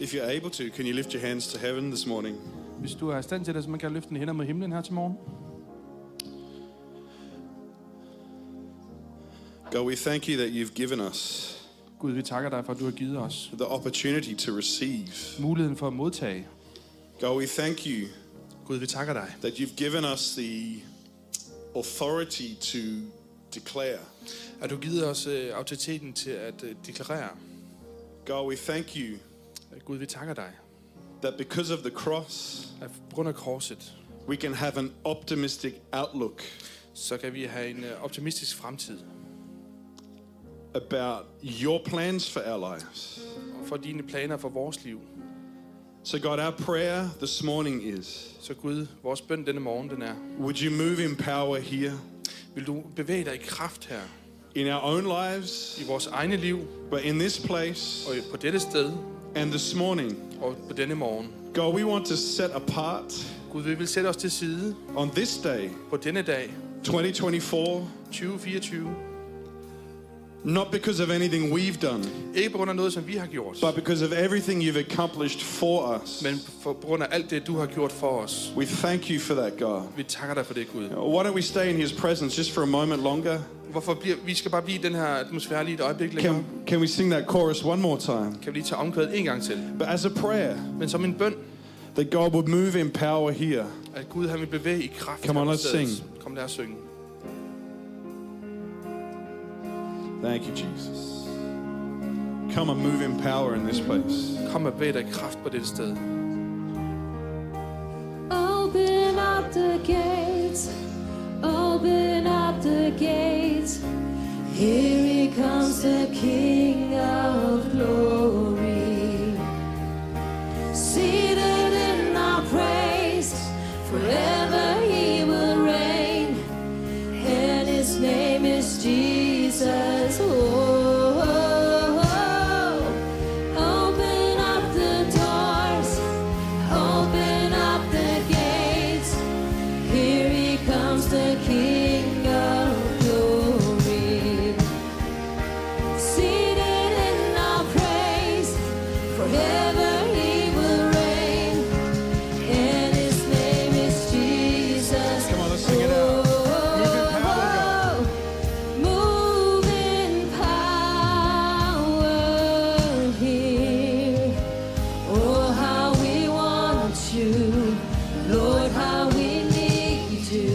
If you're able to, can you lift your hands to heaven this morning? Hvis du er i stand til det, så man kan løfte dine hænder mod himlen her til morgen. God, we thank you that you've given us Gud, vi takker dig for, at du har givet os the opportunity to receive. muligheden for at modtage. God, we thank you Gud, vi takker dig, that you've given us the authority to declare. at du har givet os øh, autoriteten til at øh, deklarere. God, we thank you Gud, vi takker dig, that because of the cross, at på grund af korset, we can have an optimistic outlook så kan vi have en øh, optimistisk fremtid. about your plans for our lives. Og for dine planer for vores liv. So, God, our prayer this morning is Så Gud, vores bøn denne morgen, den er, would you move in power here vil du bevæge dig i kraft her, in our own lives, i vores egne liv, but in this place og på dette sted, and this morning? og på denne morgen. God, we want to set apart Gud, vi vil sætte os til side on this day, på denne dag, 2024, 2024. not because of anything we've done, Ikke på grund af noget, som vi har gjort, but because of everything you've accomplished for us. men for, på grund af alt det, du har gjort for os. We thank you for that, God. Vi takker dig for det, Gud. Why don't we stay in His presence just for a moment longer? Hvorfor bliver, vi skal bare blive i den her atmosfære lige et øjeblik længere. Can, can we sing that chorus one more time? Kan vi lige tage omkvædet en gang til. But as a prayer, Men som en bøn, that God would move in power here. at Gud han vil bevæge i kraft. Come on, her på let's stedet. sing. Kom, lad os synge. Thank you, Jesus. Come and move in power in this place. Kom og bevæg dig i kraft på dette sted. Open up the gates, open up the gates. Here he comes the King of glory. Seated in our praise, forever he will reign. And his name is Jesus. oh. Open up the doors. Open up the gates. Here he comes, the King of glory. Seated in our praise, forever he will reign. And his name is Jesus. Come on, let's sing it out. Move in power, God. Move in power here. Oh, how we want you, Lord, how we need you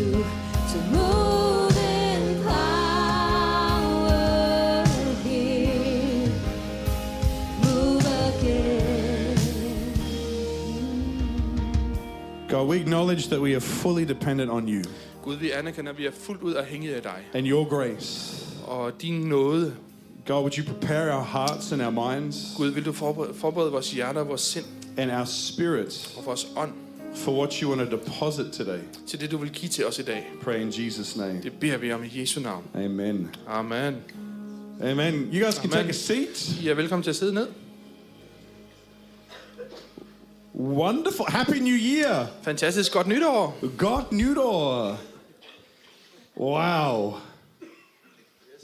to move in power here. Move again. God, we acknowledge that we are fully dependent on you Gud, vi anerkender, at vi er fuldt ud afhængige af dig. and your grace. Og din nåde, God, would you prepare our hearts and our minds Gud, vil du forberede, forberede vores hjerter, vores sind and our spirits og vores ånd for what you want to deposit today? til det, du vil give til os i dag. Pray in Jesus' name. Det beder vi om i Jesu navn. Amen. Amen. Amen. You guys can Amen. take a seat. I er velkommen til at sidde ned. Wonderful. Happy New Year. Fantastisk godt nytår. God Nudor. Wow.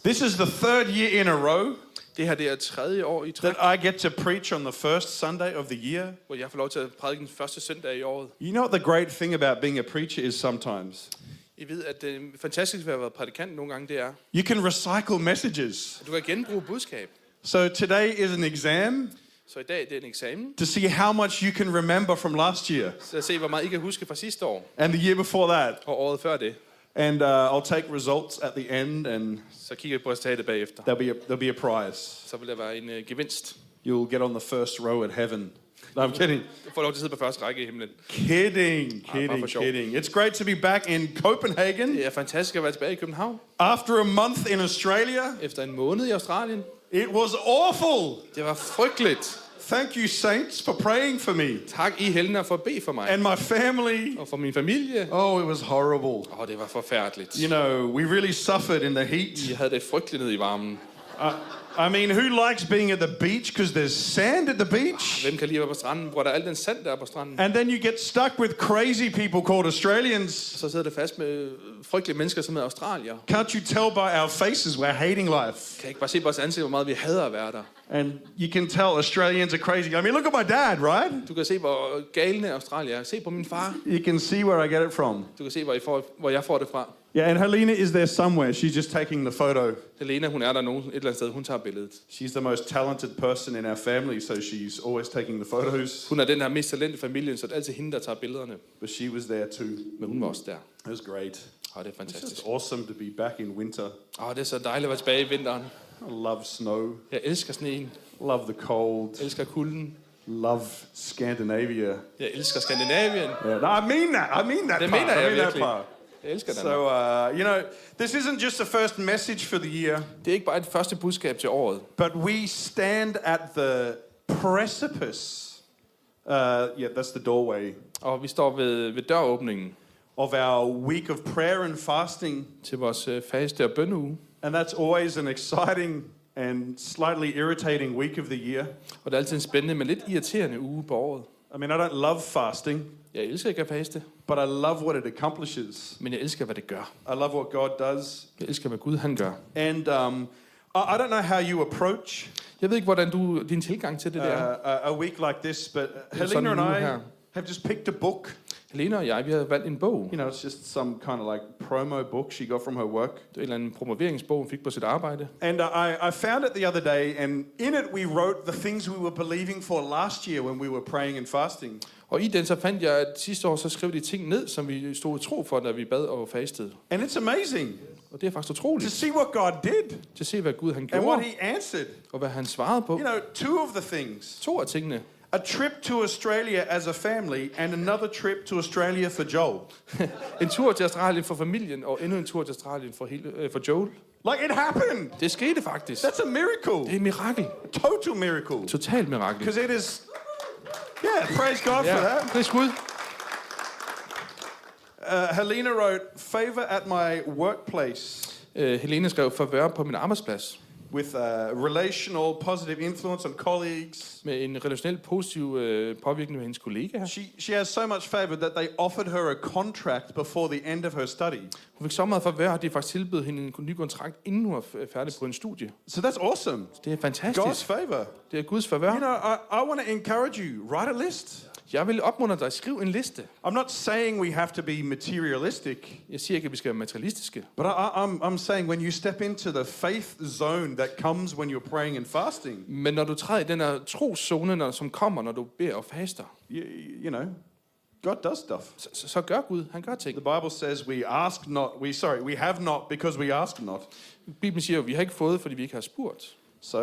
This is the third year in a row Det her det er tredje år i træk, that I get to preach on the first Sunday of the year. hvor jeg får lov til at prædike den første søndag i året. You know what the great thing about being a preacher is sometimes? I ved, at det fantastiske ved at være prædikant nogle gange, det er, You can recycle messages. at du kan genbruge budskab. So today is an exam Så i dag det er en eksamen, to see how much you can remember from last year så at se, hvor meget I kan huske fra sidste år and the year before that. og året før det. And uh, I'll take results at the end and Så kigger vi på resultatet bagefter. there'll be a, there'll be a prize. Så vil der være en øh, gevinst. You'll get on the first row at heaven. No, I'm kidding. Du får lov til at sidde på første række i himlen. Kidding, kidding, for sure. kidding. It's great to be back in Copenhagen Det er fantastisk at være tilbage i København. after a month in Australia. Efter en måned i Australien. It was awful. Det var frygteligt. Thank you, saints, for praying for me Tak I helgener for at bede for mig. and my family. Og for min familie. Oh, it was horrible. Åh, oh, det var forfærdeligt. You know, we really suffered in the heat. I havde det frygteligt ned i varmen. I mean, who likes being at the beach because there's sand at the beach? Hvem kan lige være på stranden, hvor der er al den sand, der er på stranden? And then you get stuck with crazy people called Australians. Så sidder det fast med øh, frygtelige mennesker, som er australier. Can't you tell by our faces we're hating life? Kan jeg ikke bare se på vores ansigt, hvor meget vi hader at være der? And you can tell Australians are crazy. I mean, look at my dad, right? Du kan se, hvor galne Australier er. Se på min far. You can see where I get it from. Du kan se, hvor, I får, hvor jeg får det fra. Yeah, and Helena is there somewhere. She's just taking the photo. Helena, hun er der nogen, et eller andet sted. Hun tager billedet. She's the most talented person in our family, so she's always taking the photos. Hun er den her mest talent i familien, så det er altid hende, der tager billederne. But she was there too. Men hun var også der. It was great. Og det It's er just fantastisk. awesome to be back in winter. Åh, det er så dejligt at være tilbage i vinteren. I love snow, Jeg elsker sneen. love the cold, Jeg elsker kulden. love Scandinavia. Jeg elsker Skandinavien. Yeah, no, I mean that. I mean that Det part. mener I jeg mean that virkelig. part. Jeg elsker Danmark. So, uh, you know, this isn't just the first message for the year, Det er ikke bare et første budskab til året. but we stand at the precipice. Uh, yeah, that's the doorway Og vi står ved, ved døråbningen of our week of prayer and fasting. til vores øh, faste og bønneuge. And that's always an exciting and slightly irritating week of the year. Og det er altid en spændende, men lidt irriterende uge på året. I mean, I don't love fasting, Jeg elsker ikke at faste, but I love what it accomplishes. men jeg elsker, hvad det gør. I love what God does. Jeg elsker, hvad Gud han gør. And um, I, I don't know how you approach Jeg ved ikke, hvordan du, din tilgang til det uh, der er. a, a week like this, but Det er sådan Helena and nu I her. have just picked a book. Helena og jeg, vi havde valgt en bog. You know, it's just some kind of like promo book she got from her work. Det var en eller anden promoveringsbog, hun fik på sit arbejde. And uh, I, I found it the other day, and in it we wrote the things we were believing for last year when we were praying and fasting. Og i den så fandt jeg, at sidste år så skrev de ting ned, som vi stod i tro for, da vi bad og fastede. And it's amazing Og det er faktisk to utroligt see what God did til at se, hvad Gud han and what gjorde, He answered. og hvad han svarede på. You know, two of the things To af tingene. a trip to Australia as a family, and another trip to Australia for Joel. En tur til Australien for familien, og endnu en tur til Australien for, hele, øh, for Joel. Like, it happened! Det skete faktisk. That's a miracle. Det er et mirakel. Total miracle. Totalt mirakel. Because it is. Yeah, praise God Ja, for that. det er skud. Uh, Helena wrote, favor at my workplace Øh, Helene skrev favør på min arbejdsplads with uh, relational positive influence on colleagues. med en relationelt positiv øh, påvirkning med hendes kollegaer. She, she has so much favor that they offered her a contract before the end of her study. Hun fik så meget favør, at de faktisk tilbød hende en ny kontrakt, inden hun var f- færdig på en studie. So that's awesome. Det er God's fantastisk. favor. Det er Guds You favør. know, I, I want to encourage you write a list. Jeg vil opmuntre dig, skriv en liste. I'm not saying we have to be materialistic, Jeg siger ikke, at vi skal være materialistiske. but I, I, I'm, I'm saying when you step into the faith zone that comes when you're praying and fasting, Men når du træder i den her troszone, når, som kommer, når du beder og faster, you, you know, God does stuff. så, så, så gør Gud, han gør The ting. Bible says we ask not, we sorry, we have not because we ask not. Bibelen siger jo, at vi har ikke fået, fordi vi ikke har spurgt. So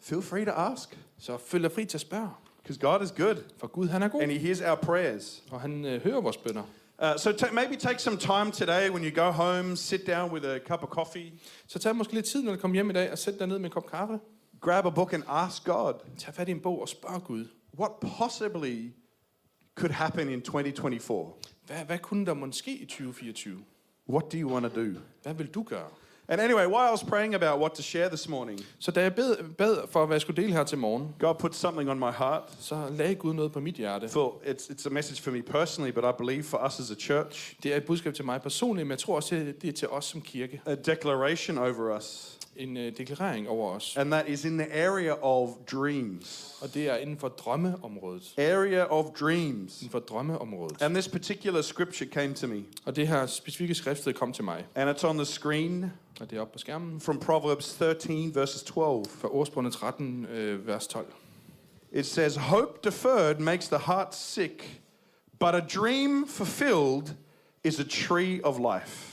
feel free to ask Så følg dig fri til at spørge, because God is good for Gud han er and god, He hears our prayers. og han øh, hører vores bønder. Uh, so ta maybe take some time today when you go home, sit down with a cup of coffee, Så tag måske lidt tid, når du kommer hjem i dag, og sæt dig ned med en kop kaffe. grab a book and ask God Tag fat i en bog og spørg Gud, what possibly could happen in 2024. hvad, hvad kunne der måske i 2024? What do you want to do? Hvad vil du gøre? And anyway, while I was praying about what to share this morning, Så da jeg bed, bad for, hvad jeg skulle dele her til morgen, God put something on my heart. så lagde Gud noget på mit hjerte. Phil, it's, it's a message for me personally, but I believe for us as a church, Det er et budskab til mig personligt, men jeg tror også, det er til os som kirke. a declaration over us, En øh, deklarering over os. and that is in the area of dreams. Og det er inden for drømmeområdet. Area of dreams. Inden for drømmeområdet. And this particular scripture came to me, Og det her specifikke skriftet kom til mig. and it's on the screen Og det er oppe på skærmen from Proverbs 13, verses 12. fra ordsprogene 13, øh, vers 12. It says, Hope deferred makes the heart sick, but a dream fulfilled is a tree of life.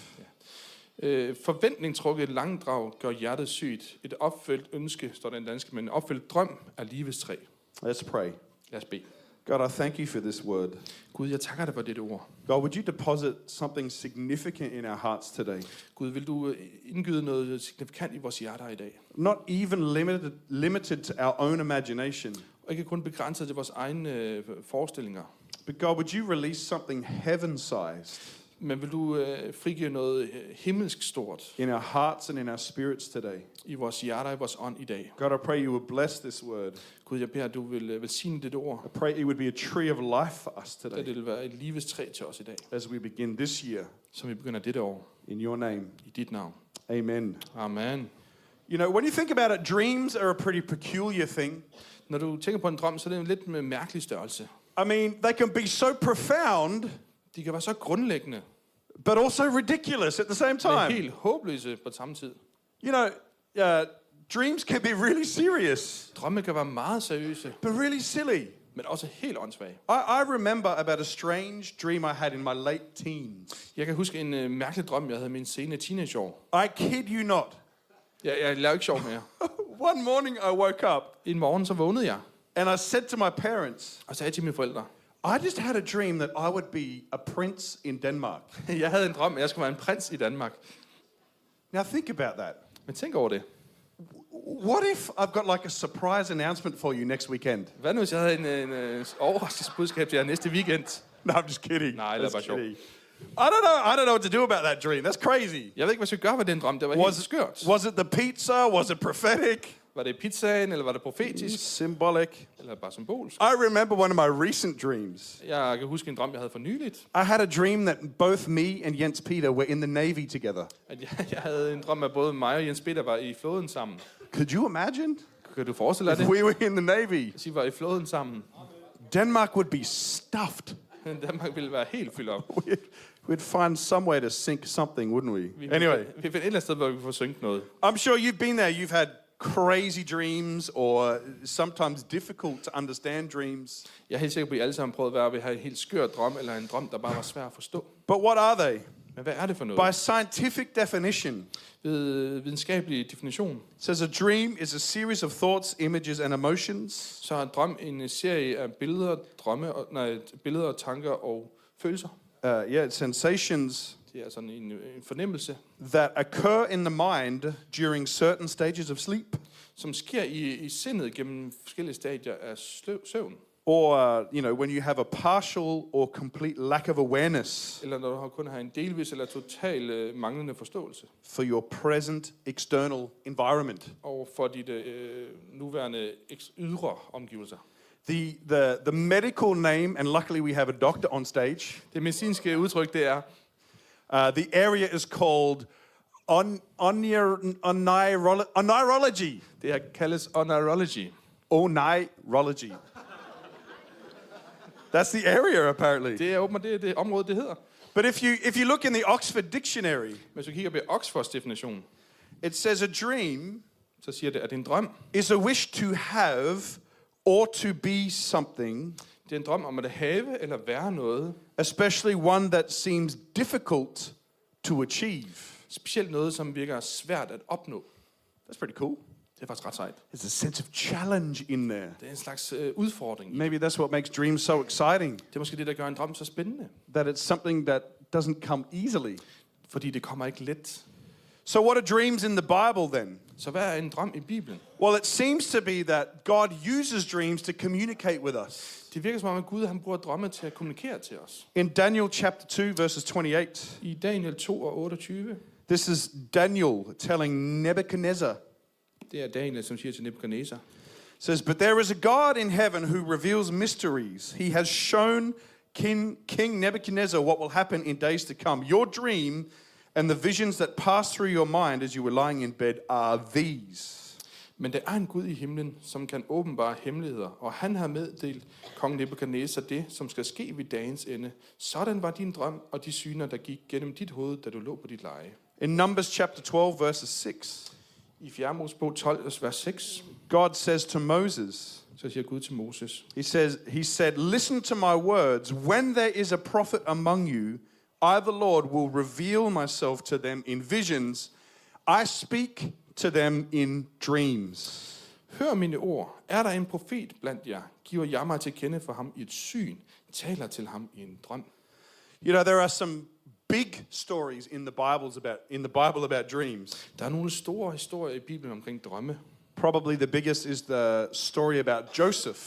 Øh, forventning trukket i langdrag gør hjertet sygt. Et opfyldt ønske, står den danske, men en opfyldt drøm er livets træ. Let's pray. Lad os bede. God, I thank you for this word. Gud, jeg takker dig for dette ord. God, would you deposit something significant in our hearts today? Gud, vil du øh, indgyde noget signifikant i vores hjerter i dag? Not even limited, limited to our own imagination, Og ikke kun begrænset til vores egne øh, forestillinger. but God, would you release something heaven sized? Men vil du øh, frigive noget øh, himmelsk stort in our hearts and in our spirits today. i vores hjerter og i vores ånd i dag? God, I pray you would bless this word. Gud, jeg beder, at du vil øh, velsigne dit I ord, pray it would be a tree of life for us at today det vil være et livets træ til os i dag, as we begin this year som vi begynder dette år in your name. i dit navn. Amen. Amen. You know, when you think about it, dreams are a pretty peculiar thing. Når du tænker på en drøm, så er det en lidt med mærkelig størrelse. I mean, they can be so profound, De kan være så grundlæggende, but also ridiculous at the same men time. helt håbløse på samme tid. You know, uh, dreams can be really serious, Drømme kan være meget seriøse, but really silly. men også helt åndssvage. I, I remember about a strange dream I had in my late teens. Jeg kan huske en øh, mærkelig drøm, jeg havde i mine sene teenageår. I kid you not. Jeg, jeg laver ikke sjov mere. One morning I woke up En morgen så vågnede jeg and I said to my parents, og sagde til mine forældre, I just had a dream that I would be a prince in Denmark. jeg havde en drøm, at jeg skulle være en prins i Danmark. Now think about that. Men tænk over det. What if I've got like a surprise announcement for you next weekend? Hvad nu, hvis jeg havde en, øh, en, en overraskelsesbudskab til jer næste weekend? No, I'm just kidding. Nah, I love Just that show. kidding. I don't know. I don't know what to do about that dream. That's crazy. Jeg ved ikke, hvad jeg skulle gøre ved den drøm. Det var helt Was skørt. was it the pizza? Was it prophetic? Var det pizzaen, eller var det profetisk, Symbolic. eller bare symbolsk? I remember one of my recent dreams. Jeg kan huske en drøm, jeg havde for nyligt. I had a dream that both me and Jens Peter were in the navy together. At jeg, jeg havde en drøm, at både mig og Jens Peter var i floden sammen. Could you imagine? Kan du forestille dig If det? we were in the navy, Hvis I var i floden sammen, Denmark would be stuffed. Danmark ville være helt fyldt op. We'd, we'd find some way to sink something, wouldn't we? Vi Anyway, vi finder et eller andet sted, hvor vi får synket noget. I'm sure you've been there. You've had crazy dreams or sometimes difficult to understand dreams. Jeg er helt sikker på, at I alle sammen prøvede at være ved at have en helt skør drøm, eller en drøm, der bare var svær at forstå. But what are they? Men hvad er det for noget? By scientific definition, Ved videnskabelig definition, it says a dream is a series of thoughts, images, and emotions så er en drøm en serie af billeder, drømme, og, nej, billeder, tanker og følelser. uh, yeah, sensations Det er sådan en, en fornemmelse, that occur in the mind during certain stages of sleep som sker i, i sindet gennem forskellige stadier af sløv, søvn. or uh, you know when you have a partial or complete lack of awareness Eller når du har- kun har en delvis eller total øh, manglende forståelse for your present external environment over for dit øh, nuværende eks- ydre omgivelser. the, the the medical name and luckily we have a doctor on stage Det medicinske udtryk, det er, uh, the area is called on, onir, onirolo, onirology det her kaldes onirology. onirology that's the area apparently Det er åbenbart det, det område, det hedder. But if you if you look in the Oxford dictionary, Men hvis du kigger på Oxfords definition, it says a dream så siger det, at det er en drøm. is a wish to have or to be something, Det er en drøm om at have eller være noget. especially one that seems difficult to achieve. Specielt noget, som virker svært at opnå. That's pretty cool. Det er faktisk ret sejt. There's a sense of challenge in there. Det er en slags øh, udfordring. Maybe that's what makes dreams so exciting, Det er måske det, der gør en drøm så spændende. that it's something that doesn't come easily. Fordi det kommer ikke let. So what are dreams in the Bible then? Så hvad er en drøm i Bibelen? Well, it seems to be that God uses dreams to communicate with us. Det virker som om, at Gud han bruger drømme til at kommunikere til os. In Daniel chapter 2 verses 28, I Daniel 2 og 28, This is Daniel telling Nebuchadnezzar. det er Daniel, som siger til Nebuchadnezzar, says, But there is a God in heaven who reveals mysteries. He has shown King, King Nebuchadnezzar what will happen in days to come. Your dream and the visions that passed through your mind as you were lying in bed are these. Men der er en Gud i himlen, som kan åbenbare hemmeligheder, og han har meddelt kong Nebuchadnezzar det, som skal ske ved dagens ende. Sådan var din drøm og de syner, der gik gennem dit hoved, da du lå på dit leje. In Numbers chapter 12, verses 6, I 4. Mosebog 12, vers 6, God says to Moses, så siger Gud til Moses, He says, He said, Listen to my words. When there is a prophet among you, I, the Lord, will reveal myself to them in visions. I speak to them in dreams. Hør mine ord. Er der en profet blandt jer? Giver jeg mig til kende for ham i et syn? Taler til ham i en drøm? You know, there are some big stories in the Bibles about in the Bible about dreams. Der er nogle store historier i Bibelen omkring drømme. Probably the biggest is the story about Joseph.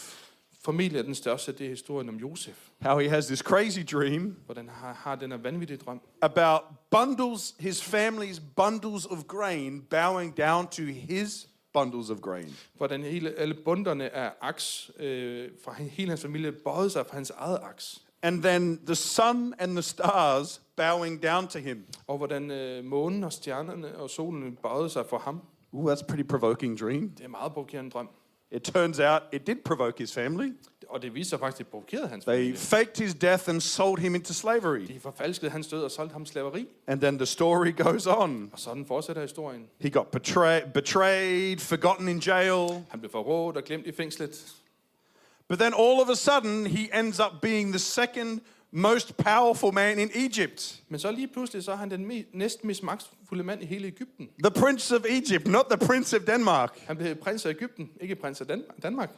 Formentlig er den største, det er historien om Josef. How he has this crazy dream Hvordan han har den her vanvittige drøm about bundles, his family's bundles of grain bowing down to his bundles of grain. hvordan hele, alle bunderne af aks øh, fra he- hele hans familie bøjede sig for hans eget aks, And then the sun and the stars bowing down to him. og hvordan øh, månen og stjernerne og solen bøjede sig for ham. Ooh, that's a pretty provoking dream. Det er en meget provokerende drøm. It turns out it did provoke his family. Og det viser sig faktisk, at det provokerede hans They familie. faked his death and sold him into slavery. De forfalskede hans død og solgte ham slaveri. And then the story goes on. Og sådan fortsætter historien. He got betray- betrayed, forgotten in jail. Han blev forrådt og glemt i fængslet. But then all of a sudden, he ends up being the second most powerful man in Egypt. Men så lige pludselig, så er han den me- næst mest magtfulde mand i hele Ægypten. The Prince of Egypt, not the Prince of Denmark. Han blev prins af Ægypten, ikke prins af Dan- Danmark.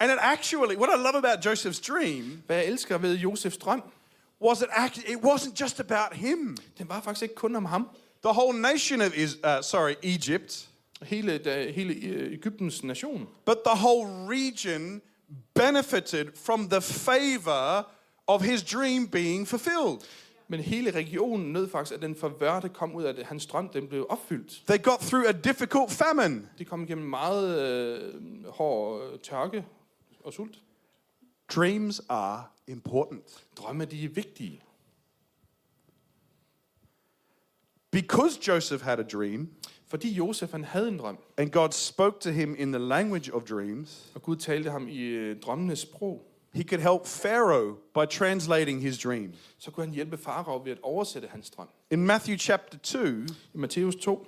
And it actually, what I love about Joseph's dream Hvad jeg elsker ved Josefs drøm, was it, act- it wasn't just about him. den var faktisk ikke kun om ham. The whole nation of is- uh, sorry, Egypt, Hele, da, hele øh, Ægyptens nation. but the whole region benefited from the favor of his dream being fulfilled. Men hele regionen nød faktisk, at den forvør, der kom ud af det. Hans drøm, den blev opfyldt. They got through a difficult famine. De kom igennem meget øh, hård øh, tørke og sult. Dreams are important. Drømme, de er vigtige. Because Joseph had a dream Fordi Josef, han havde en drøm. and God spoke to him in the language of dreams, Og Gud talte ham i øh, drømmenes sprog. he could help Pharaoh by translating his dream. Så kunne han hjælpe farao ved at oversætte hans drøm. In Matthew chapter 2, I Matthæus 2,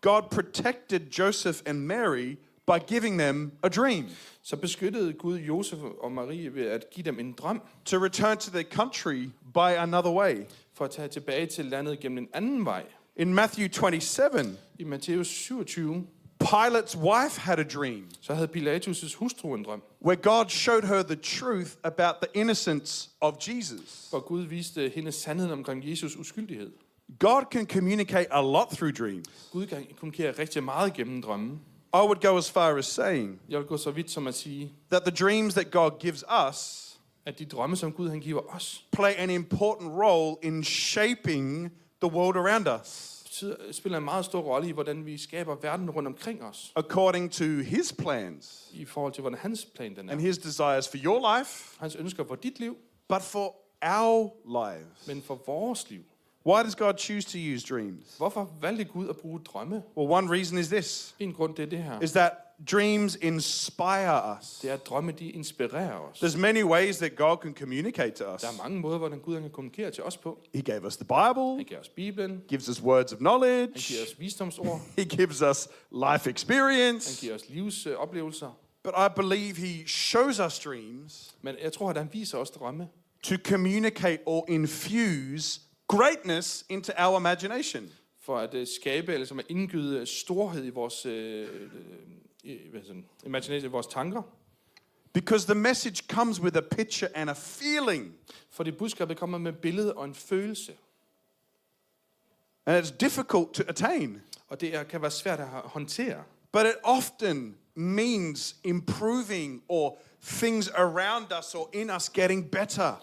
God protected Joseph and Mary by giving them a dream så beskyttede Gud Josef og Marie ved at give dem en drøm to return to their country by another way. for at tage tilbage til landet gennem en anden vej. In Matthew 27, I Matthæus 27, Pilate's wife had a dream så havde Pilatus' hustru en drøm, where God showed her the truth about the innocence of Jesus. hvor Gud viste hende sandheden omkring Jesus' uskyldighed. God can communicate a lot through dreams. Gud kan kommunikere rigtig meget gennem drømmen. I would go as far as saying Jeg vil gå så vidt som at sige, that the dreams that God gives us at de drømme, som Gud han giver os, play an important role in shaping the world around us betyder- spiller en meget stor rolle i, hvordan vi skaber verden rundt omkring os, according to his plans i forhold til, hvordan hans plan den and er. his desires for your life, Hans ønsker for dit liv, but for our lives. men for vores liv. Why does God choose to use dreams? Hvorfor valgte Gud at bruge drømme? Well, one reason is this En grund, det er det her. is that dreams inspire us. Det er, at drømme, de inspirerer os. There's many ways that God can communicate to us. Der er mange måder, hvordan Gud han kan kommunikere til os på. He gave us the Bible, Han giver os Bibelen, gives us words of han giver knowledge, os visdomsord, he gives us life han experience. giver os øh, livsoplevelser. But I believe he shows us dreams Men jeg tror, at han viser os drømme, to communicate or infuse greatness into our imagination. for at øh, skabe, eller som at indgyde øh, storhed i vores, øh, øh, i- hvad hedder det, imagination, i vores tanker. Because the message comes with a picture and a feeling. For det budskabet kommer med et billede og en følelse, And it's difficult to attain. og det er, kan være svært at hå- håndtere. But it often means improving or things around us or in us getting better.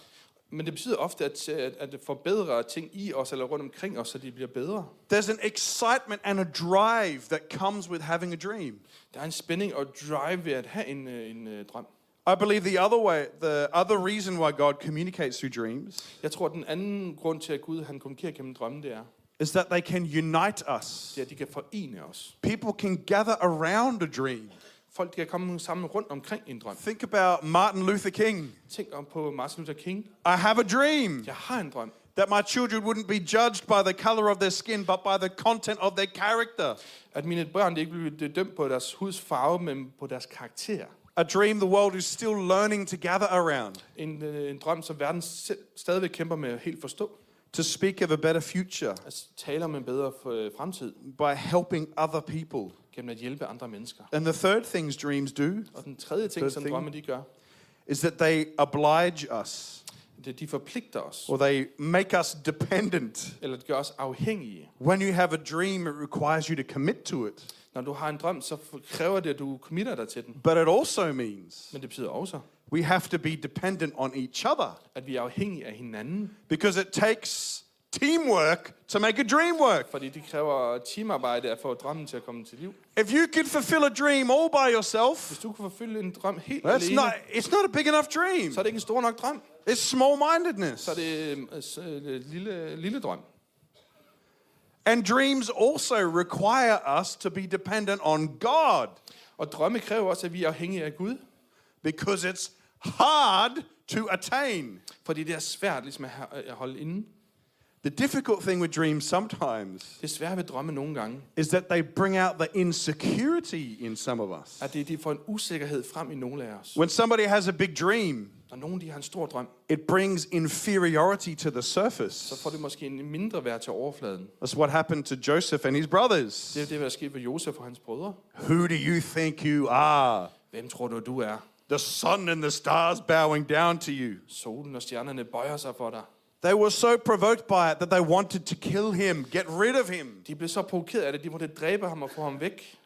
Men det betyder ofte, at, at, at forbedre ting i os eller rundt omkring os, så de bliver bedre. There's an excitement and a drive that comes with having a dream. Der er en spænding og drive ved at have en, øh, en øh, drøm. I believe the other way, the other reason why God communicates through dreams Jeg tror, at den anden grund til, at Gud han kommunikerer gennem drømmen, det er, is that they can unite us. det er, at de kan forene os. People can gather around a dream. Folk kan komme sammen rundt omkring en drøm. Think about Martin Luther King. Tænk om på Martin Luther King. I have a dream Jeg har en drøm. that my children wouldn't be judged by the color of their skin, but by the content of their character. At mine børn de ikke bliver dømt på deres huds farve, men på deres karakter. A dream the world is still learning to gather around, En, øh, en drøm, som verden selv stadigvæk kæmper med at helt forstå. to speak of a better future At tale om en bedre øh, fremtid, by helping other people. gennem at hjælpe andre mennesker. And the third things dreams do Og den tredje ting, Third som thing. drømme de gør, is that they oblige us det er, de forpligter os. or they make us dependent. Eller det gør os afhængige. When you have a dream, it requires you to commit to it. Når du har en drøm, så f- kræver det, at du committer dig til den. But it also means Men det betyder også, we have to be dependent on each other at vi er afhængige af hinanden. because it takes teamwork to make a dream work. Fordi det kræver teamarbejde at få drømmen til at komme til liv. If you could fulfill a dream all by yourself, Hvis du kan forfølge en drøm helt that's alene, not, it's not a big enough dream. så er det ikke en stor nok drøm. It's small mindedness. Så er det øh, s- øh, lille, lille drøm. And dreams also require us to be dependent on God Og drømme kræver også, at vi er afhængige af Gud. because it's hard to attain. Fordi det er svært ligesom at ha- at holde inde. The difficult thing with dreams sometimes Det er svært ved drømme nogle gange. is that they bring out the insecurity in some of us. At det, de får en usikkerhed frem i nogle af os. When somebody has a big dream, Når nogen de har en stor drøm, it brings inferiority to the så surface. får det måske en mindre værd til overfladen. That's what happened to Joseph and his Det er brothers. det, der skete ved Josef og hans brødre. Who do you think you are? Hvem tror du, du er? The sun and the stars bowing down to you. Solen og stjernerne bøjer sig for dig. They were so provoked by it that they wanted to kill him, get rid of him. De blev så provokeret af det, de måtte dræbe ham og få ham væk.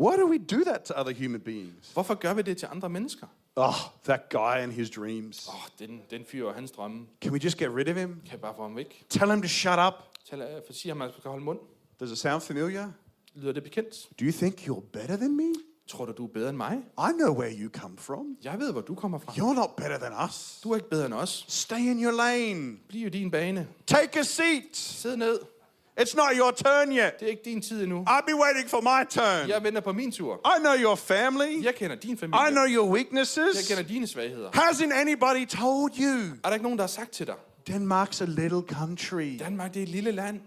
Why do we do that to other human beings? Hvorfor gør vi det til andre mennesker? Oh, that guy and his dreams. Åh, oh, den, den fyr og hans drømme. Can we just get rid of him? Kan jeg bare få ham væk? Tell him to shut up. Tal, øh, for sig ham, at man skal holde mund. Does it sound familiar? Lyder det bekendt? Do you think you're better than me? Tror du, du er bedre end mig? I know where you come from. Jeg ved, hvor du kommer fra. You're not better than us. Du er ikke bedre end os. Stay in your lane. Bliv i din bane. Take a seat. Sid ned. It's not your turn yet. Det er ikke din tid endnu. I'll be waiting for my turn. Jeg venter på min tur. I know your family. Jeg kender din I know familie. your Jeg weaknesses. kender dine svagheder. Hasn't anybody told you? Er der ikke nogen, der har sagt til dig? Denmark's a little country. Danmark, det er et lille land.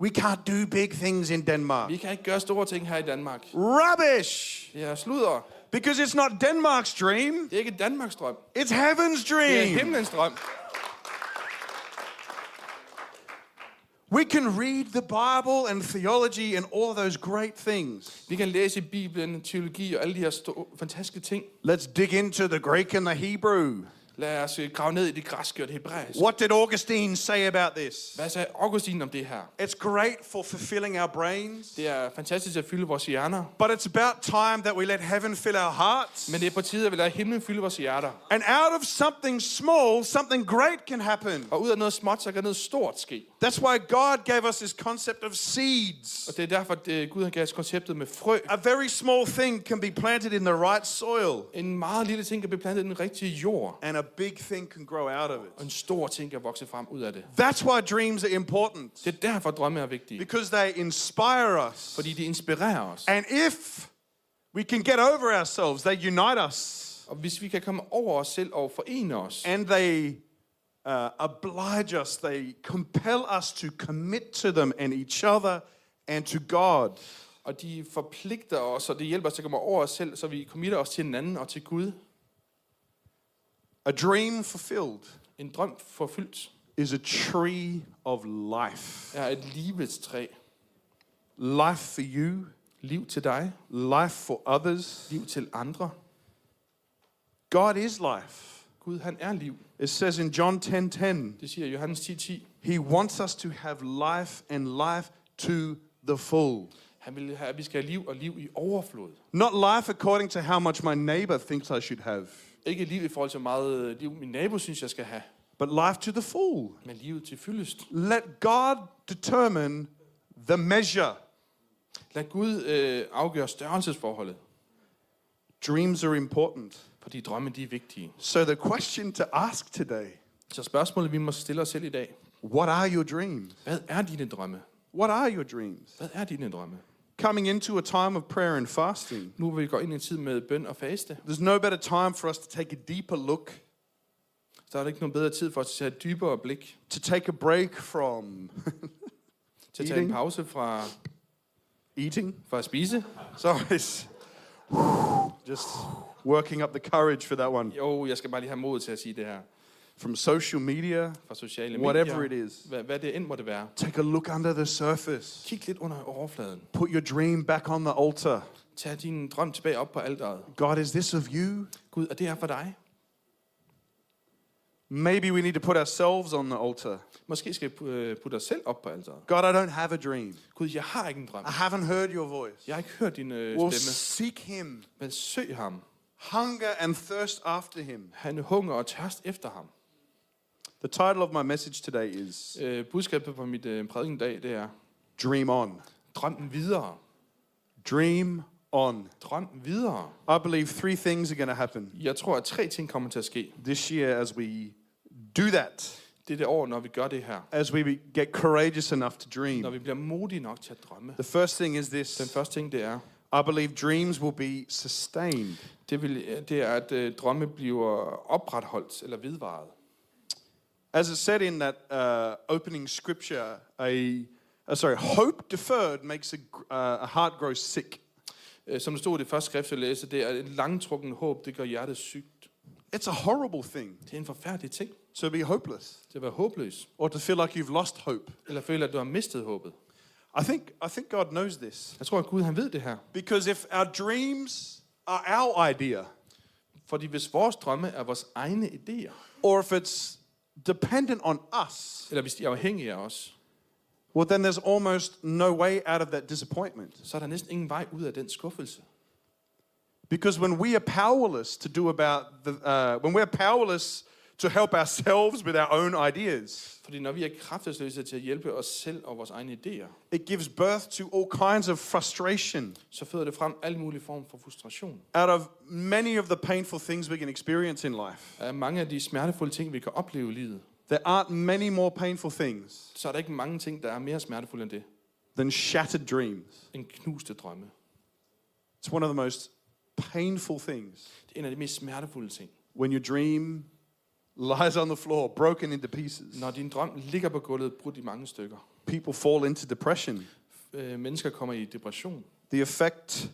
We can't do big things in Denmark. Vi kan ikke gøre store ting her i Danmark. Rubbish! Det er sludder. Because it's not Denmark's dream, Det er ikke Danmarks drøm. it's heaven's Det er dream. himlens drøm. We can read the Bible and theology and all those great things. Vi kan læse i Bibelen, teologi og alle de her store, fantastiske ting. Let's dig into the Greek and the Hebrew. Lad os øh, grave ned i det græske og det hebraiske. What did Augustine say about this? Hvad sagde Augustin om det her? It's great for fulfilling our brains, Det er fantastisk at fylde vores hjerner. but it's about time that we let heaven fill our hearts. Men det er på tide, at vi lader himlen fylde vores hjerter. And out of something small, something great can happen. Og ud af noget småt, så kan noget stort ske. That's why God gave us this concept of seeds. Og det er derfor, at øh, Gud har gav os konceptet med frø. A very small thing can be planted in the right soil, En meget lille ting kan blive plantet i den rigtige jord. and a big thing can grow out of Og it. en stor ting kan vokse frem ud af det. That's why dreams are important, Det er derfor, drømme er vigtige. because they inspire us. Fordi de inspirerer os. And if we can get over ourselves, they unite us Og hvis vi kan komme over os selv og forene os, and they uh, oblige us, they compel us to commit to them and each other and to God. og de forpligter os, og det hjælper os til at komme over os selv, så vi committer os til hinanden og til Gud. A dream fulfilled En drøm forfyldt is a tree of life. er et livets træ. Life for you, Liv til dig, life for others. liv til andre. God is life. Gud, han er liv. It says in John 10:10, 10, 10, Det siger Johannes 10.10. 10. he wants us to have life and life to the full. Han vil have, at vi skal have liv og liv i overflod. Not life according to how much my neighbor thinks I should have, Ikke liv i forhold til hvor meget øh, liv min nabo synes, jeg skal have, but life to the full. men livet til fyldest. Let God determine the measure. Lad Gud øh, afgøre størrelsesforholdet, Dreams are important. fordi drømme de er vigtige. So the question to ask today, Så spørgsmålet, vi må stille os selv i dag, what are your dreams? hvad er dine drømme? What are your dreams? Hvad er dine drømme? Coming into a time of prayer and fasting, Nu vil vi gå ind i en tid med bøn og faste. there's no better time for us to take a deeper look, Så er der ikke nogen bedre tid for os til at tage et dybere blik, to take a break from til at tage en Eating. pause fra, eating. fra at spise. So it's just working up the courage for that one. Jo, jeg skal bare lige have mod til at sige det her. From social media, Fra sociale whatever it medier. is. Hvad, hvad det end måtte være. Take a look under the surface. Kig lidt under overfladen. Put your dream back on the altar. Tag din drøm tilbage op på alderet. God, is this of you? Gud, og det er for dig. Maybe we need to put ourselves on the altar. Måske skal jeg øh, putte os selv op på alteret. God, I don't have a dream. Gud, jeg har ikke en drøm. I haven't heard your voice. Jeg har ikke hørt din øh, Well, stemme. seek him. Men søg ham. Hunger and thirst after him. Han hunger og tørst efter ham. The title of my message today is Øh, budskabet på mit øh, prædiken i dag, det er, Dream On. drøm videre. Dream On. Drøm videre. I believe three things are going to happen Jeg tror, at tre ting kommer til at ske. this year as we do that, Det er det år, når vi gør det her. as we be- get courageous enough to Når dream. vi bliver modige nok til at drømme. The first thing is Den this første ting, det er, I believe dreams will be sustained. det, vil, det er, at øh, drømme bliver opretholdt eller vedvaret. As it said in that uh, opening scripture, a, uh, sorry, hope deferred makes a, gr- uh, a heart grow sick. Øh, Som det stod i det første skrift, jeg læste, det er en langtrukken håb, det gør hjertet sygt. It's a horrible thing Det er en forfærdelig ting. to be hopeless Det at være håbløs. or to feel like you've lost hope. Eller føle, at du har mistet håbet. I think, I think God knows this Jeg tror, at Gud han ved det her. because if our dreams are our idea, Fordi hvis vores drømme er vores egne idéer, or if it's dependent on us, eller hvis de er afhængige af os, well, then there's almost no way out of that disappointment. så er der næsten ingen vej ud af den skuffelse. Because when we are powerless to do about the, uh, when we're powerless to help ourselves with our own ideas, Fordi når vi er kraftesløse til at hjælpe os selv og vores egne idéer, it gives birth to all kinds of frustration så føder det frem alle mulige form for frustration. out of many of the painful things we can experience in life. Af mange af de smertefulde ting, vi kan opleve i livet, There aren't many more painful things så er der ikke mange ting, der er mere smertefulde end det. than shattered dreams. End knuste drømme. It's one of the most painful things Det er en af de mest smertefulde ting. when your dream lies on the floor, broken into pieces. Når din drøm ligger på gulvet, brudt i mange stykker. People fall into depression. Øh, mennesker kommer i depression. The effect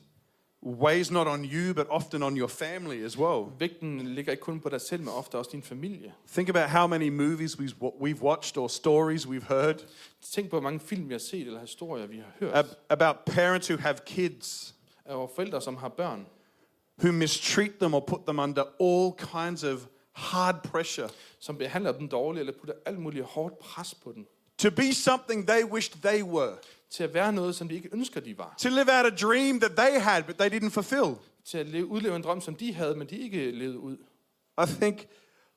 weighs not on you, but often on your family as well. Vægten ligger ikke kun på dig selv, men ofte også din familie. Think about how many movies we've wa- we've watched or stories we've heard Tænk på, hvor mange film vi har set, eller historier vi har hørt. ab- about parents who have kids af vores forældre, som har børn, who mistreat them or put them under all kinds of hard pressure som behandler dem dårligt, eller putter alt muligt hårdt pres på dem, to be something they wished they were, til at være noget, som de ikke ønsker, de var. to live out a dream that they had but they didn't fulfill. Til at leve, udleve en drøm, som de havde, men de ikke levede ud. I think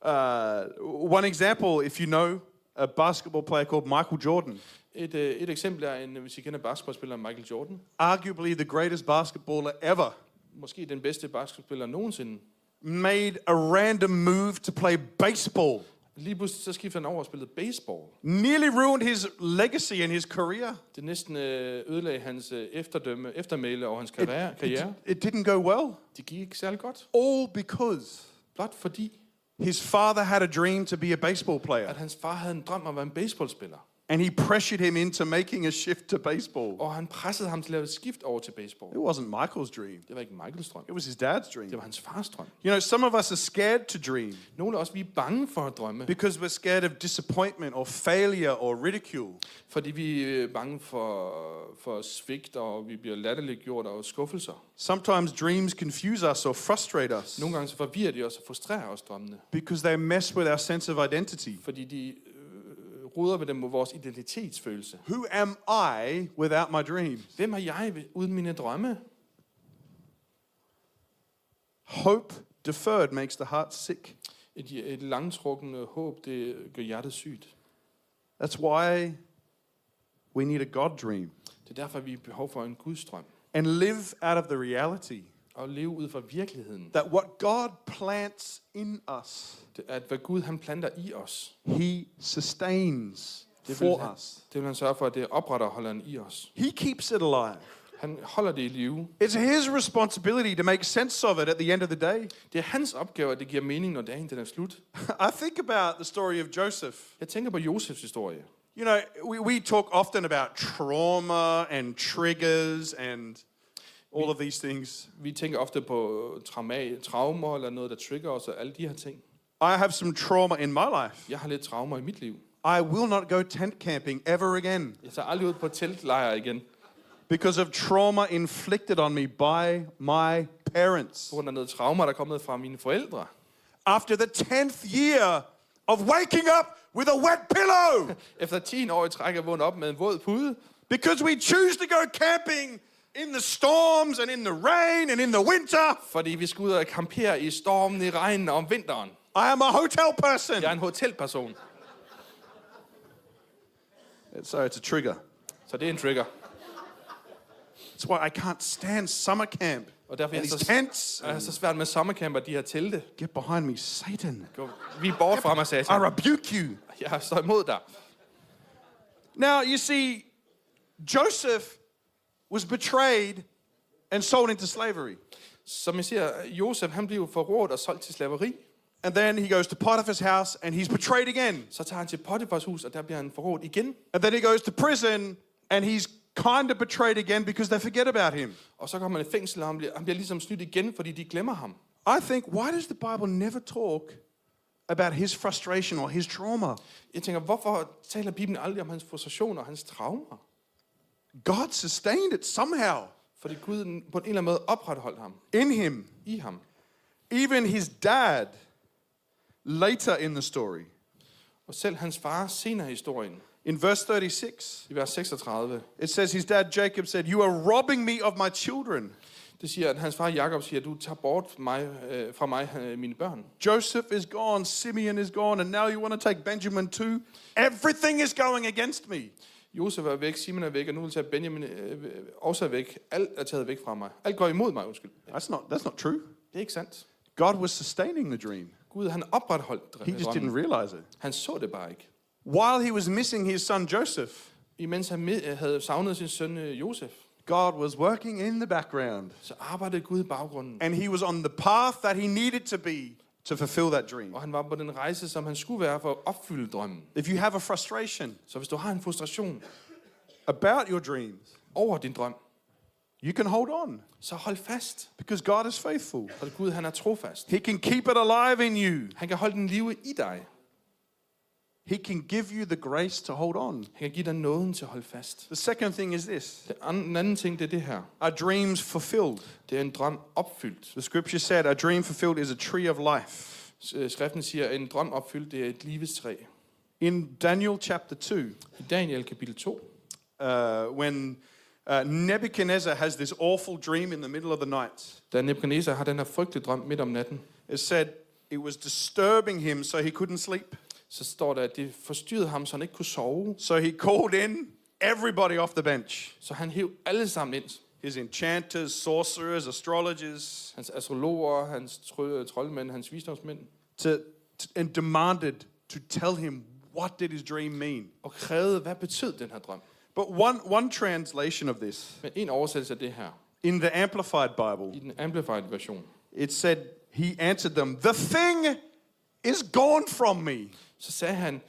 uh, one example, if you know a basketball player called Michael Jordan, Et, øh, et eksempel er, en, hvis I kender basketballspilleren Michael Jordan, arguably the greatest basketballer ever, måske den bedste basketballspiller nogensinde, made a random move to play baseball. lige pludselig så skifter han over og spillede baseball. nearly ruined his legacy and his career. Det næsten øh, ødelagde hans øh, efterdømme, eftermæle og hans karriere. karriere. It didn't go well. Det gik ikke særlig godt. All because Blot fordi, his father had a dream to be a baseball at player hans far havde en drøm om at være en baseballspiller. and he pressured him into making a shift to baseball. Og han pressede ham til at lave et skift over til baseball. It wasn't Michael's dream, Det var ikke Michaels drøm. it was his dad's Det dream. var hans fars drøm. You know, some of us are scared to dream Nogle af os, vi er bange for at drømme, because we're scared of disappointment or failure or ridicule. fordi vi er bange for, for svigt, og vi bliver latterliggjort og skuffelser. Sometimes dreams confuse us or frustrate us Nogle gange så forvirrer de os og frustrerer os drømmene, because they mess with our sense of identity. fordi de øh, ruder ved dem mod vores identitetsfølelse. Who am I without my dreams? Hvem er jeg ved- uden mine drømme? Hope deferred makes the heart sick. Et, et langtrukken øh, håb, det gør hjertet sygt. That's why we need a God dream Det er derfor, vi har behov for en Guds drøm. and live out of the reality At leve ud fra virkeligheden. that what God plants in us, Det er, At hvad Gud han planter i os, He sustains Det for vil han. us. det vil han sørge for, at det opretter og holder han i os. He keeps it alive. Han holder det i live, It's His responsibility to make sense of it at the end of the day. Det er hans opgave, at det giver mening, når dagen den er slut. I think about the story of Joseph. Jeg tænker på Josefs historie. You know, we, we talk often about trauma and triggers and all of these things. Vi tænker ofte på øh, trauma, traumer eller noget, der trigger os og alle de her ting. I have some trauma in my life. Jeg har lidt traumer i mit liv. I will not go tent camping ever again. Jeg tager aldrig ud på teltlejr igen, because of trauma inflicted on me by my parents. på grund af noget trauma, der er kommet fra mine forældre. After the 10th year of waking up with a wet pillow Efter 10 år i træk er jeg vågnet op med en våd pude, because we choose to go camping in the storms and in the rain and in the winter. fordi vi skal ud og campere i stormen, i regnen og om vinteren. I am a hotel person. Jeg er en hotelperson, So it's a trigger. så det er en trigger. That's why I can't stand summer camp Og derfor er and these jeg så, tents. uh, jeg er så svært med sommercamper, de her telte. Get behind me, Satan. Gå- Vi er bort fra mig, sagde I jeg. rebuke you. Jeg står imod dig. Now, you see, Joseph was betrayed and sold into slavery. Som jeg siger, Josef han blev forrådt og solgt til slaveri. And then he goes to Potiphar's house and he's betrayed again. Så tager han til Potifars hus, og der bliver han forrådt igen. And then he goes to prison and he's kind of betrayed again because they forget about him. Og så kommer han i fængsel, og han bliver, han bliver ligesom snydt igen, fordi de glemmer ham. I think, why does the Bible never talk about his frustration or his trauma? Jeg tænker, hvorfor taler Bibelen aldrig om hans frustrationer og hans traumer? God sustained it somehow Fordi Gud på en eller anden måde opretholdt ham in him. i ham. Even his dad, later in the story, Og selv hans far senere i historien, in verse 36, i vers 36, It says his dad Jacob said, You are robbing me of my children. det siger, at hans far Jakob siger, du tager bort mig, øh, fra mig øh, mine børn. Joseph is gone, Simeon is gone, and now you want to take Benjamin too? Everything is going against me. Josef er væk, Simon er væk, og nu vil tage Benjamin øh, også er væk. Alt er taget væk fra mig. Alt går imod mig, undskyld. That's not that's not true. Det er ikke sandt. God was sustaining the dream. Gud, han opretholdt He just didn't drømmen. realize it. Han så det bare ikke. While he was missing his son Joseph, Imens han med, øh, havde savnet sin søn øh, Josef, God was working in the background. så arbejdede Gud i baggrunden. And he was on the path that he needed to be to fulfill that dream. Og han var på den rejse, som han skulle være for at opfylde drømmen. If you have a frustration Så hvis du har en frustration about your dreams, over din drøm, you can hold on så hold fast. because God is faithful. For Gud, han er trofast. He can keep it alive in you. Han kan holde den live i dig. He can give you the grace to hold on. Han kan give dig nåden til at holde fast. The second thing is this Det anden, den anden ting, det er det her. our dreams fulfilled. Det er en drøm opfyldt. The scripture said, A dream fulfilled is a tree of life. S- øh, Skriften siger, at en drøm opfyldt, det er et livets træ. In Daniel chapter 2, I Daniel kapitel 2, uh, when uh, Nebuchadnezzar has this awful dream in the middle of the night, da Nebuchadnezzar har den her frygtelige drøm midt om natten, it said it was disturbing him so he couldn't sleep. så står der, at det forstyrrede ham, så han ikke kunne sove. So he called in everybody off the bench Så han hev alle sammen ind. his enchanters, sorcerers, astrologers Hans astrologer, hans tro- øh, troldmænd, hans visdomsmænd. to, to, and demanded to tell him what did his dream mean. Og krævede, hvad betød den her drøm? But one, one translation of this Men en oversættelse af det her, in the Amplified i Bible, den amplified version, it said, He answered them, The thing is gone from me. så sagde han,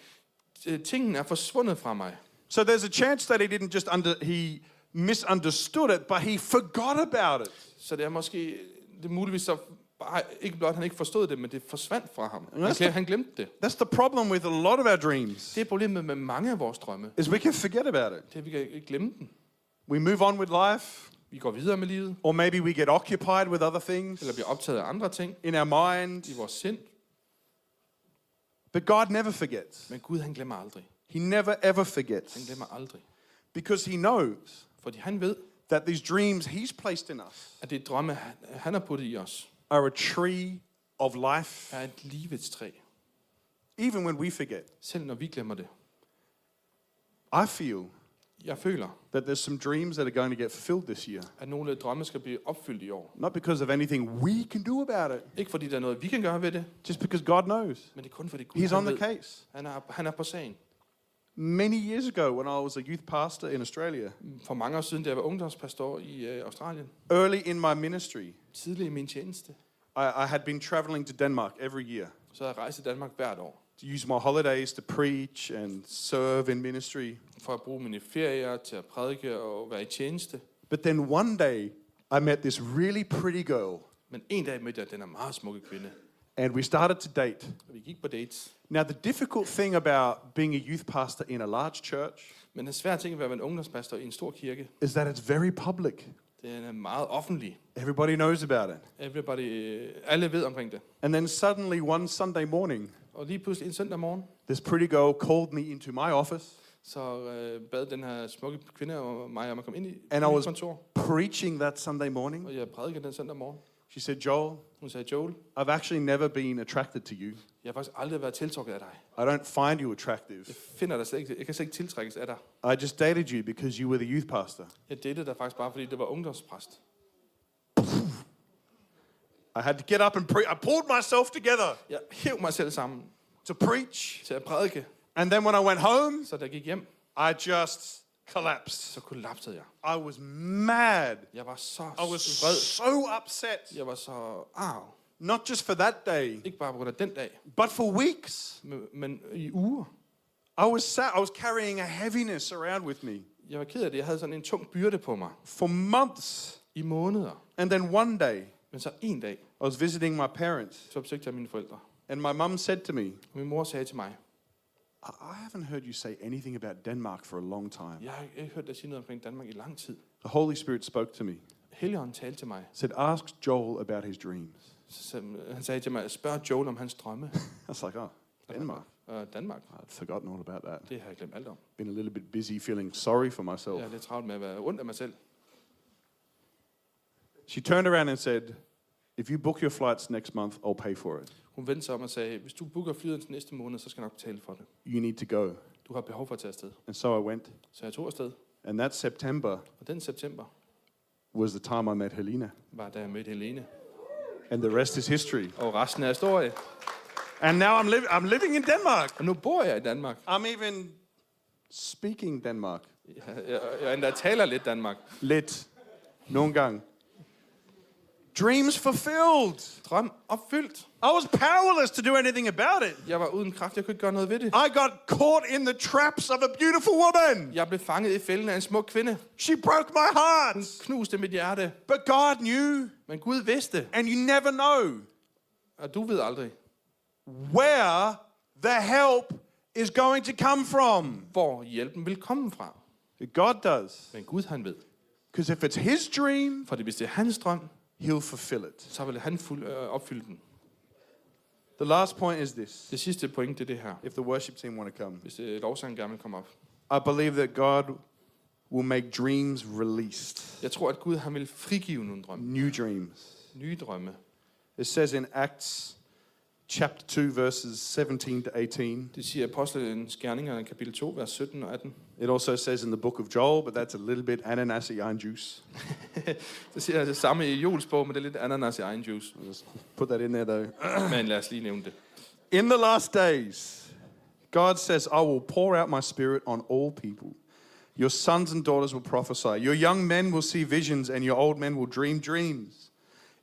"Øh, tingene er forsvundet fra mig. So there's a chance that he didn't just under, he misunderstood it, but he forgot about it. Så det er måske, det er muligvis så bare, ikke blot han ikke forstod det, men det forsvandt fra ham. Han, Hvad står- glem, han glemte det. That's the problem with a lot of our dreams, Det er problemet med mange af vores drømme. is we can forget about it. Det er, at vi kan ikke glemme den. We move on with life, Vi går videre med livet, or maybe we get occupied with other things eller bliver optaget af andre ting in our i mind. vores sind. But God never forgets. Men Gud, han glemmer aldrig. He never ever Han forgets glemmer aldrig. because he knows Fordi han ved, that these dreams he's placed in us at det drømme, han han har puttet i os, are a tree of life, er et livets træ. even when we forget. Selv når vi glemmer det. I feel Jeg føler, that there's some dreams that are going to get fulfilled this year. at nogle drømme skal blive opfyldt i år. Not because of anything we can do about it, Ikke fordi der er noget, vi kan gøre ved det, just because God knows. men det er kun fordi Gud He's on han, the ved, case. han, er, han er på sagen. Many years ago, when I was a youth pastor in Australia, For mange år siden, da jeg var ungdomspastor i øh, Australien, early in my ministry, tidlig i min tjeneste, I, I had been traveling to Denmark every year så havde jeg rejst i Danmark hvert år, to use my holidays to preach and serve in ministry. for at bruge mine ferier til at prædike og være i tjeneste. But then one day, I met this really pretty girl, Men en dag mødte jeg den her meget smukke kvinde, and we started to date. og vi gik på dates. Now, the difficult thing about being a youth pastor in a large church Men den svære ting ved at være en ungdomspastor i en stor kirke, is that it's very public. den er meget offentlig. Everybody knows about it. Everybody, øh, alle ved omkring det. And then suddenly one Sunday morning, Og Og lige pludselig en søndag morgen, This pretty girl called me into my office, så øh, bad den her smukke kvinde og mig om at komme ind i And I mit was- kontor. preaching that Sunday morning. Og jeg prædikede den søndag morgen. She said, Joel, Hun sagde, Joel, I've actually never been attracted to you. jeg har faktisk aldrig været tiltrukket af dig. I don't find you Jeg attractive. finder dig slet ikke, jeg kan slet ikke tiltrækkes af dig. I just dated you because you were the youth pastor. Jeg datede dig faktisk bare, fordi det var ungdomspræst. I had to get up and pre- I pulled myself together Jeg hæv mig selv sammen to preach. til at prædike. And then when I went home, Så da jeg gik hjem, I just collapsed. så kollapsede jeg. I was mad. Jeg var så I was vred. so upset. Jeg var så arv. Not just for that day, Ikke bare på grund af den dag, but for weeks. men, men i uger. I was sat, I was carrying a heaviness around with me Jeg var ked af det. Jeg havde sådan en tung byrde på mig for months. i måneder. And then one day, Men så en dag, I was visiting my parents, så besøgte jeg mine forældre. and my mum said to me, Og min mor sagde til mig, I I haven't heard you say anything about Denmark for a long time. jeg har ikke hørt dig sige noget omkring Danmark i lang tid. The Holy Spirit spoke to me, Helligånden talte til mig. said, Ask Joel about his dreams. Så, sagde- han sagde til mig, spørg Joel om hans drømme. I was like, Oh, Denmark. Øh, Danmark, I'd forgotten all about that. det har jeg glemt alt om. Been a little bit busy feeling sorry for myself. Jeg er lidt travlt med at være ondt af mig selv. She turned around and said, If you book your flights next month, I'll pay for it. Hun vendte sig om og sagde, hvis du booker flyet til næste måned, så skal jeg nok betale for det. You need to go. Du har behov for at tage afsted. And so I went. Så jeg tog afsted. And that September Og den september was the time I met Helena. var da jeg mødte Helene. And the rest is history. Og resten er historie. And now I'm, liv- I'm living in Denmark. Og nu bor jeg i Danmark. I'm even speaking Denmark. Jeg, jeg, jeg endda taler lidt Danmark. Lit. Nongang. Dreams fulfilled. Drøm opfyldt. I was powerless to do anything about it. Jeg var uden kraft. Jeg kunne ikke gøre noget ved det. I got caught in the traps of a beautiful woman. Jeg blev fanget i fælden af en smuk kvinde. She broke my heart. Knuste mit hjerte. But God knew, Men Gud vidste, and you never know. og du ved aldrig, where the help is going to come from. hvor hjælpen vil komme fra. God does. Men Gud han ved. Because if it's his dream, For det, hvis det er hans drøm, he'll fulfill it. så vil han fuld, øh, opfylde den. The last point is this Det sidste point det er det her. if the worship team want to come, Hvis øh, lovsangen gerne vil komme op. I believe that God will make dreams released, Jeg tror, at Gud han vil frigive nogle drømme. new dreams. Nye drømme. It says in Acts chapter 2, verses 17 to 18. Det siger Apostlenes Gerninger, kapitel 2, vers 17 og 18. It also says in the book of Joel, but that's a little bit ananas and juice. Det siger jeg det samme i Joels bog, men det er lidt ananas i egen juice. Just put that in there though. Men lad os lige nævne det. In the last days, God says, I will pour out my spirit on all people. Your sons and daughters will prophesy. Your young men will see visions, and your old men will dream dreams.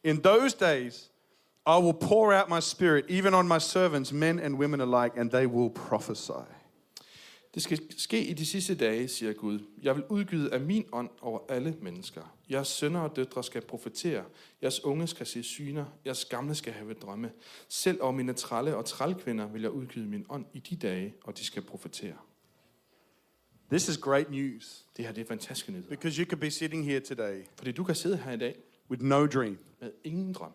In those days, I will pour out my spirit even on my servants, men and women alike, and they will prophesy. Det skal ske i de sidste dage, siger Gud. Jeg vil udgyde af min ånd over alle mennesker. Jeres sønner og døtre skal profetere. Jeres unge skal se syner. Jeres gamle skal have drømme. Selv over mine tralle og trælkvinder vil jeg udgyde min ånd i de dage, og de skal profetere. This is great news Det her det er fantastiske nyheder. because you could be sitting here today Fordi du kan sidde her i dag with no dream, med ingen drøm.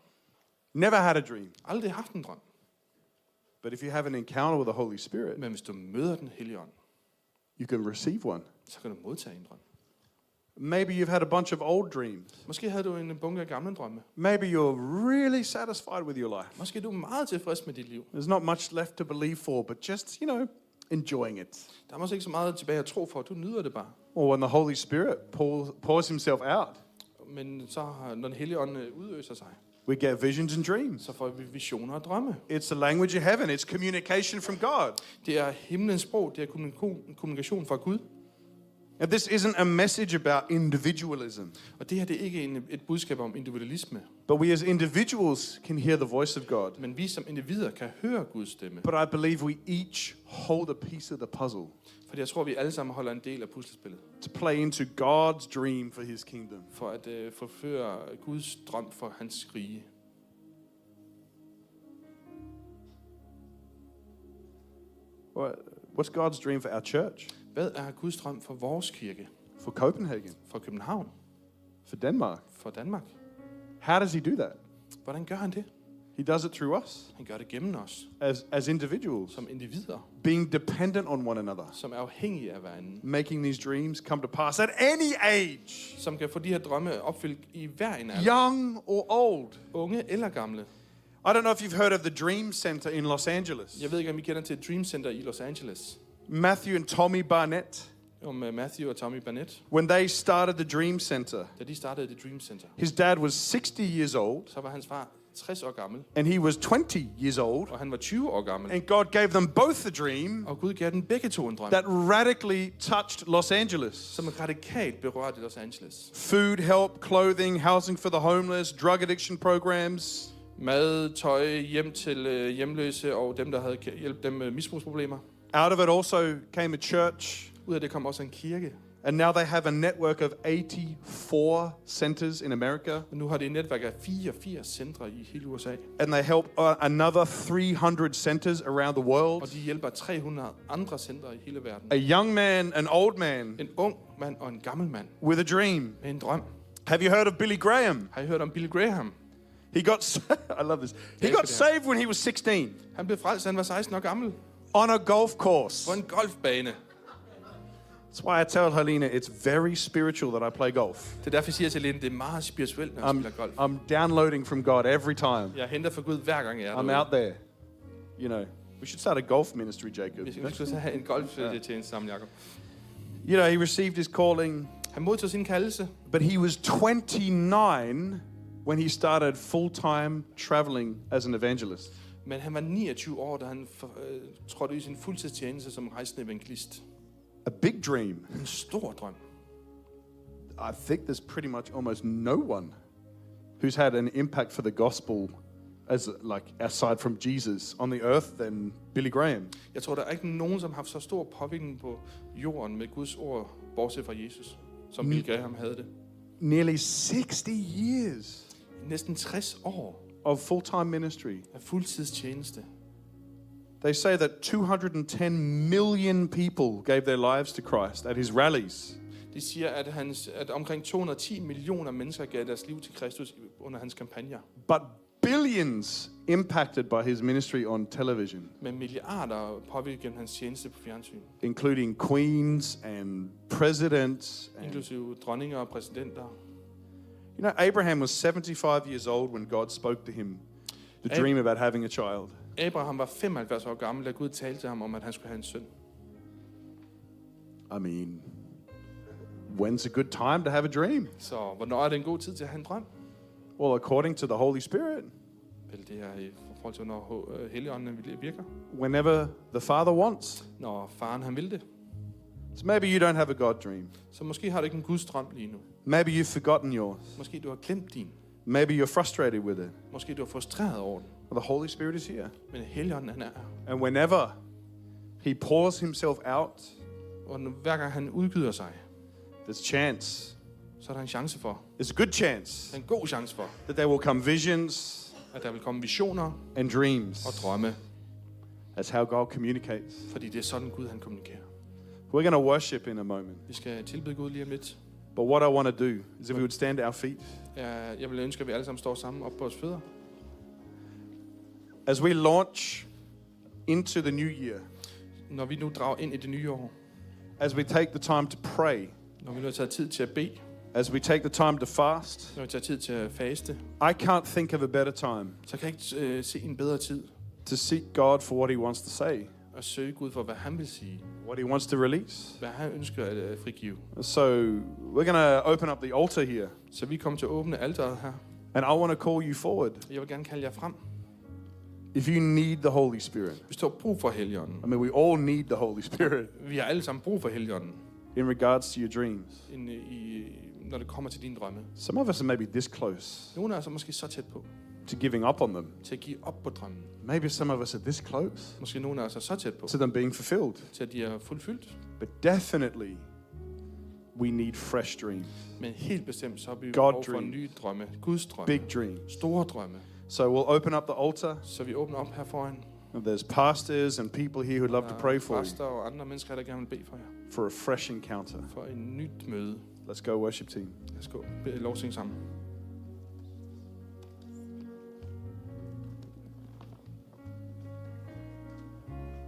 never had a dream. Aldrig haft en drøm. But if you have an encounter with the Holy Spirit, Men hvis du møder den hellige ånd, you can receive one. så kan du modtage en drøm. Maybe you've had a bunch of old dreams. Måske havde du en bunke af gamle drømme. Maybe you're really satisfied with your life. Måske er du meget tilfreds med dit liv. There's not much left to believe for, but just, you know, enjoying it. Der er måske ikke så meget tilbage at tro for. Du nyder det bare. Or when the Holy Spirit pours, pours himself out, Men så har- når den hellige ånd øh, udøser sig, we get visions and dreams. så får vi visioner og drømme. It's the language of heaven, it's communication from God. Det er himlens sprog, det er kommuniko- kommunikation fra Gud. And this isn't a message about individualism, Og det her det er ikke en, et budskab om individualisme, but we as individuals can hear the voice of God. men vi som individer kan høre Guds stemme. But I believe we each hold a piece of the puzzle For jeg tror, vi alle sammen holder en del af puslespillet, to play into God's dream for his kingdom. for at øh, forføre Guds drøm for hans rige. What- What's God's dream for our church, Hvad er Guds drøm for vores kirke? for Copenhagen, For København? for Denmark? For Danmark? How does he do that? Hvordan gør han He det? He does it through us Han gør det gennem os, as, as individuals, som individer, being dependent on one another, som er afhængige af hinanden. making these dreams come to pass at any age, Som kan få de her drømme opfyldt i hver en alder. young or old. Unge eller gamle. I don't know if you've heard of the Dream Center in Los Angeles. Jeg ved ikke, om I kender til Dream Center i Los Angeles. Matthew and Tommy Barnett, Om øh, Matthew og Tommy Barnett, when they started the Dream Center, da de startede The Dream Center, his dad was 60 years old så var hans far 60 år gammel, and he was 20 years old, og han var 20 år gammel. and God gave them both a dream Og Gud gav dem begge to en drøm, that radically touched Los Angeles. som radikalt berørte Los Angeles. Food help, clothing, housing for the homeless, drug addiction programs. Mad, tøj, hjem til øh, hjemløse og dem, der havde ka- hjælp dem med misbrugsproblemer. Out of it also came a church, Ud af det kom også en kirke. and now they have a network of 84 centers in America, Og nu har det et netværk af 84 centre i hele USA. and they help uh, another 300 centers around the Og world. de hjælper 300 andre centre i hele verden. A young man, an old man, En ung mand og en gammel mand with a dream. med en drøm. Have you heard of Billy Graham? Har I hørt om Bill Graham? He got s- I love this. He Yeah, got good. saved when he was 16 Han blev frelst, da han var 16 år gammel. on a golf course. På en golfbane. That's why I tell Helena it's very spiritual that I play golf. Det er derfor, jeg siger til Lene, det er meget spirituelt, når man I'm, spiller golf. I'm downloading from God every time. Jeg henter for Gud hver gang, jeg er I'm derude. out there. You know, we should start a golf ministry, Jacob. Vi skal, vi skal så have en golf ja. til en sammen, Jacob. You know, he received his calling, Han modtog sin kaldelse, but he was 29 when he started full time traveling as an evangelist. men han var 29 år, da han for, øh, trådte i sin fuldtidstjeneste som rejsende evangelist. A big dream. En stor drøm. I think there's pretty much almost no one who's had an impact for the gospel as like aside from Jesus on the earth than Billy Graham. Jeg tror, der er ikke nogen, som har haft så stor påvirkning på jorden med Guds ord, bortset fra Jesus, som Bill Graham havde det. Nearly 60 years Næsten 60 år of full-time ministry. af fuldtidstjeneste. They say that 210 million people gave their lives to Christ at his rallies. De siger, at, hans, at omkring 210 millioner mennesker gav deres liv til Kristus under hans kampagner. but billions impacted by his ministry on television, Med milliarder påvirket gennem hans tjeneste på fjernsyn. including queens and presidents. And, you Inklusive dronninger og præsidenter. know, Abraham was 75 years old when God spoke to him the Ab- dream about having a child. Abraham var 75 år gammel, da Gud talte til ham om, at han skulle have en søn. I mean, when's a good time to have a dream? Så hvornår er det en god tid til at have en drøm? Well, according to the Holy Spirit, Vel, det er i forhold til, når øh, Helligånden vil- virker. whenever the Father wants. Når faren han vil det. So maybe you don't have a God dream. Så måske har du ikke en Guds drøm lige nu. Maybe you've forgotten yours. Måske du har glemt din. Maybe you're frustrated with it. Måske du er frustreret over den. Well, the Holy Spirit is here. Men Helligånden han er her. And whenever He pours Himself out, Og nu- hver gang han udgyder sig, there's chance. så er der en chance for. There's a good chance Der er en god chance for, that there will come visions at der vil komme visioner and og dreams. drømme. That's how God communicates. Fordi det er sådan Gud han kommunikerer. We're going to worship in a moment. Vi skal tilbede Gud lige om lidt. But what I want to do is if we would stand to our feet, Jeg jeg vil ønske, at vi alle sammen står sammen op på vores fødder. as we launch into the new year, Når vi nu drager ind i det nye år, as we take the time to pray, når vi nu har taget tid til at bede, as we take the time to fast, når vi tager tid til at faste, I can't think of a better time så kan jeg ikke øh, se en bedre tid to seek God for what He wants to say, at søge Gud for, hvad han vil sige, what He wants to release. hvad han ønsker at øh, frigive. So we're going to open up the altar here, Så vi kommer til at åbne alteret her. and I want to call you forward. Jeg vil gerne kalde jer frem. If you need the Holy Spirit, Vi står brug for Helligånden. I mean, we all need the Holy Spirit Vi har alle sammen brug for Helligånden, in regards to your dreams. inden i- når det kommer til dine drømme. Some of us are maybe this close Nogle af os er måske så tæt på to giving up on them. til at give op på drømmen. Maybe some of us are this close Måske nogle af os er så tæt på to them being fulfilled. til, at de er fuldfyldt. But definitely, we need fresh dreams, Men helt bestemt, så er vi God over for dreams. nye drømme. Guds drømme. big dreams. Store drømme. So we'll open up the altar. Så vi åbner op her foran. And there's pastors and people here who'd love to Der er pray for you præster og andre mennesker, der gerne vil bede for jer. for a fresh encounter. For en nyt møde. Let's go, worship team. Lad os gå. Be- Lovsing sammen.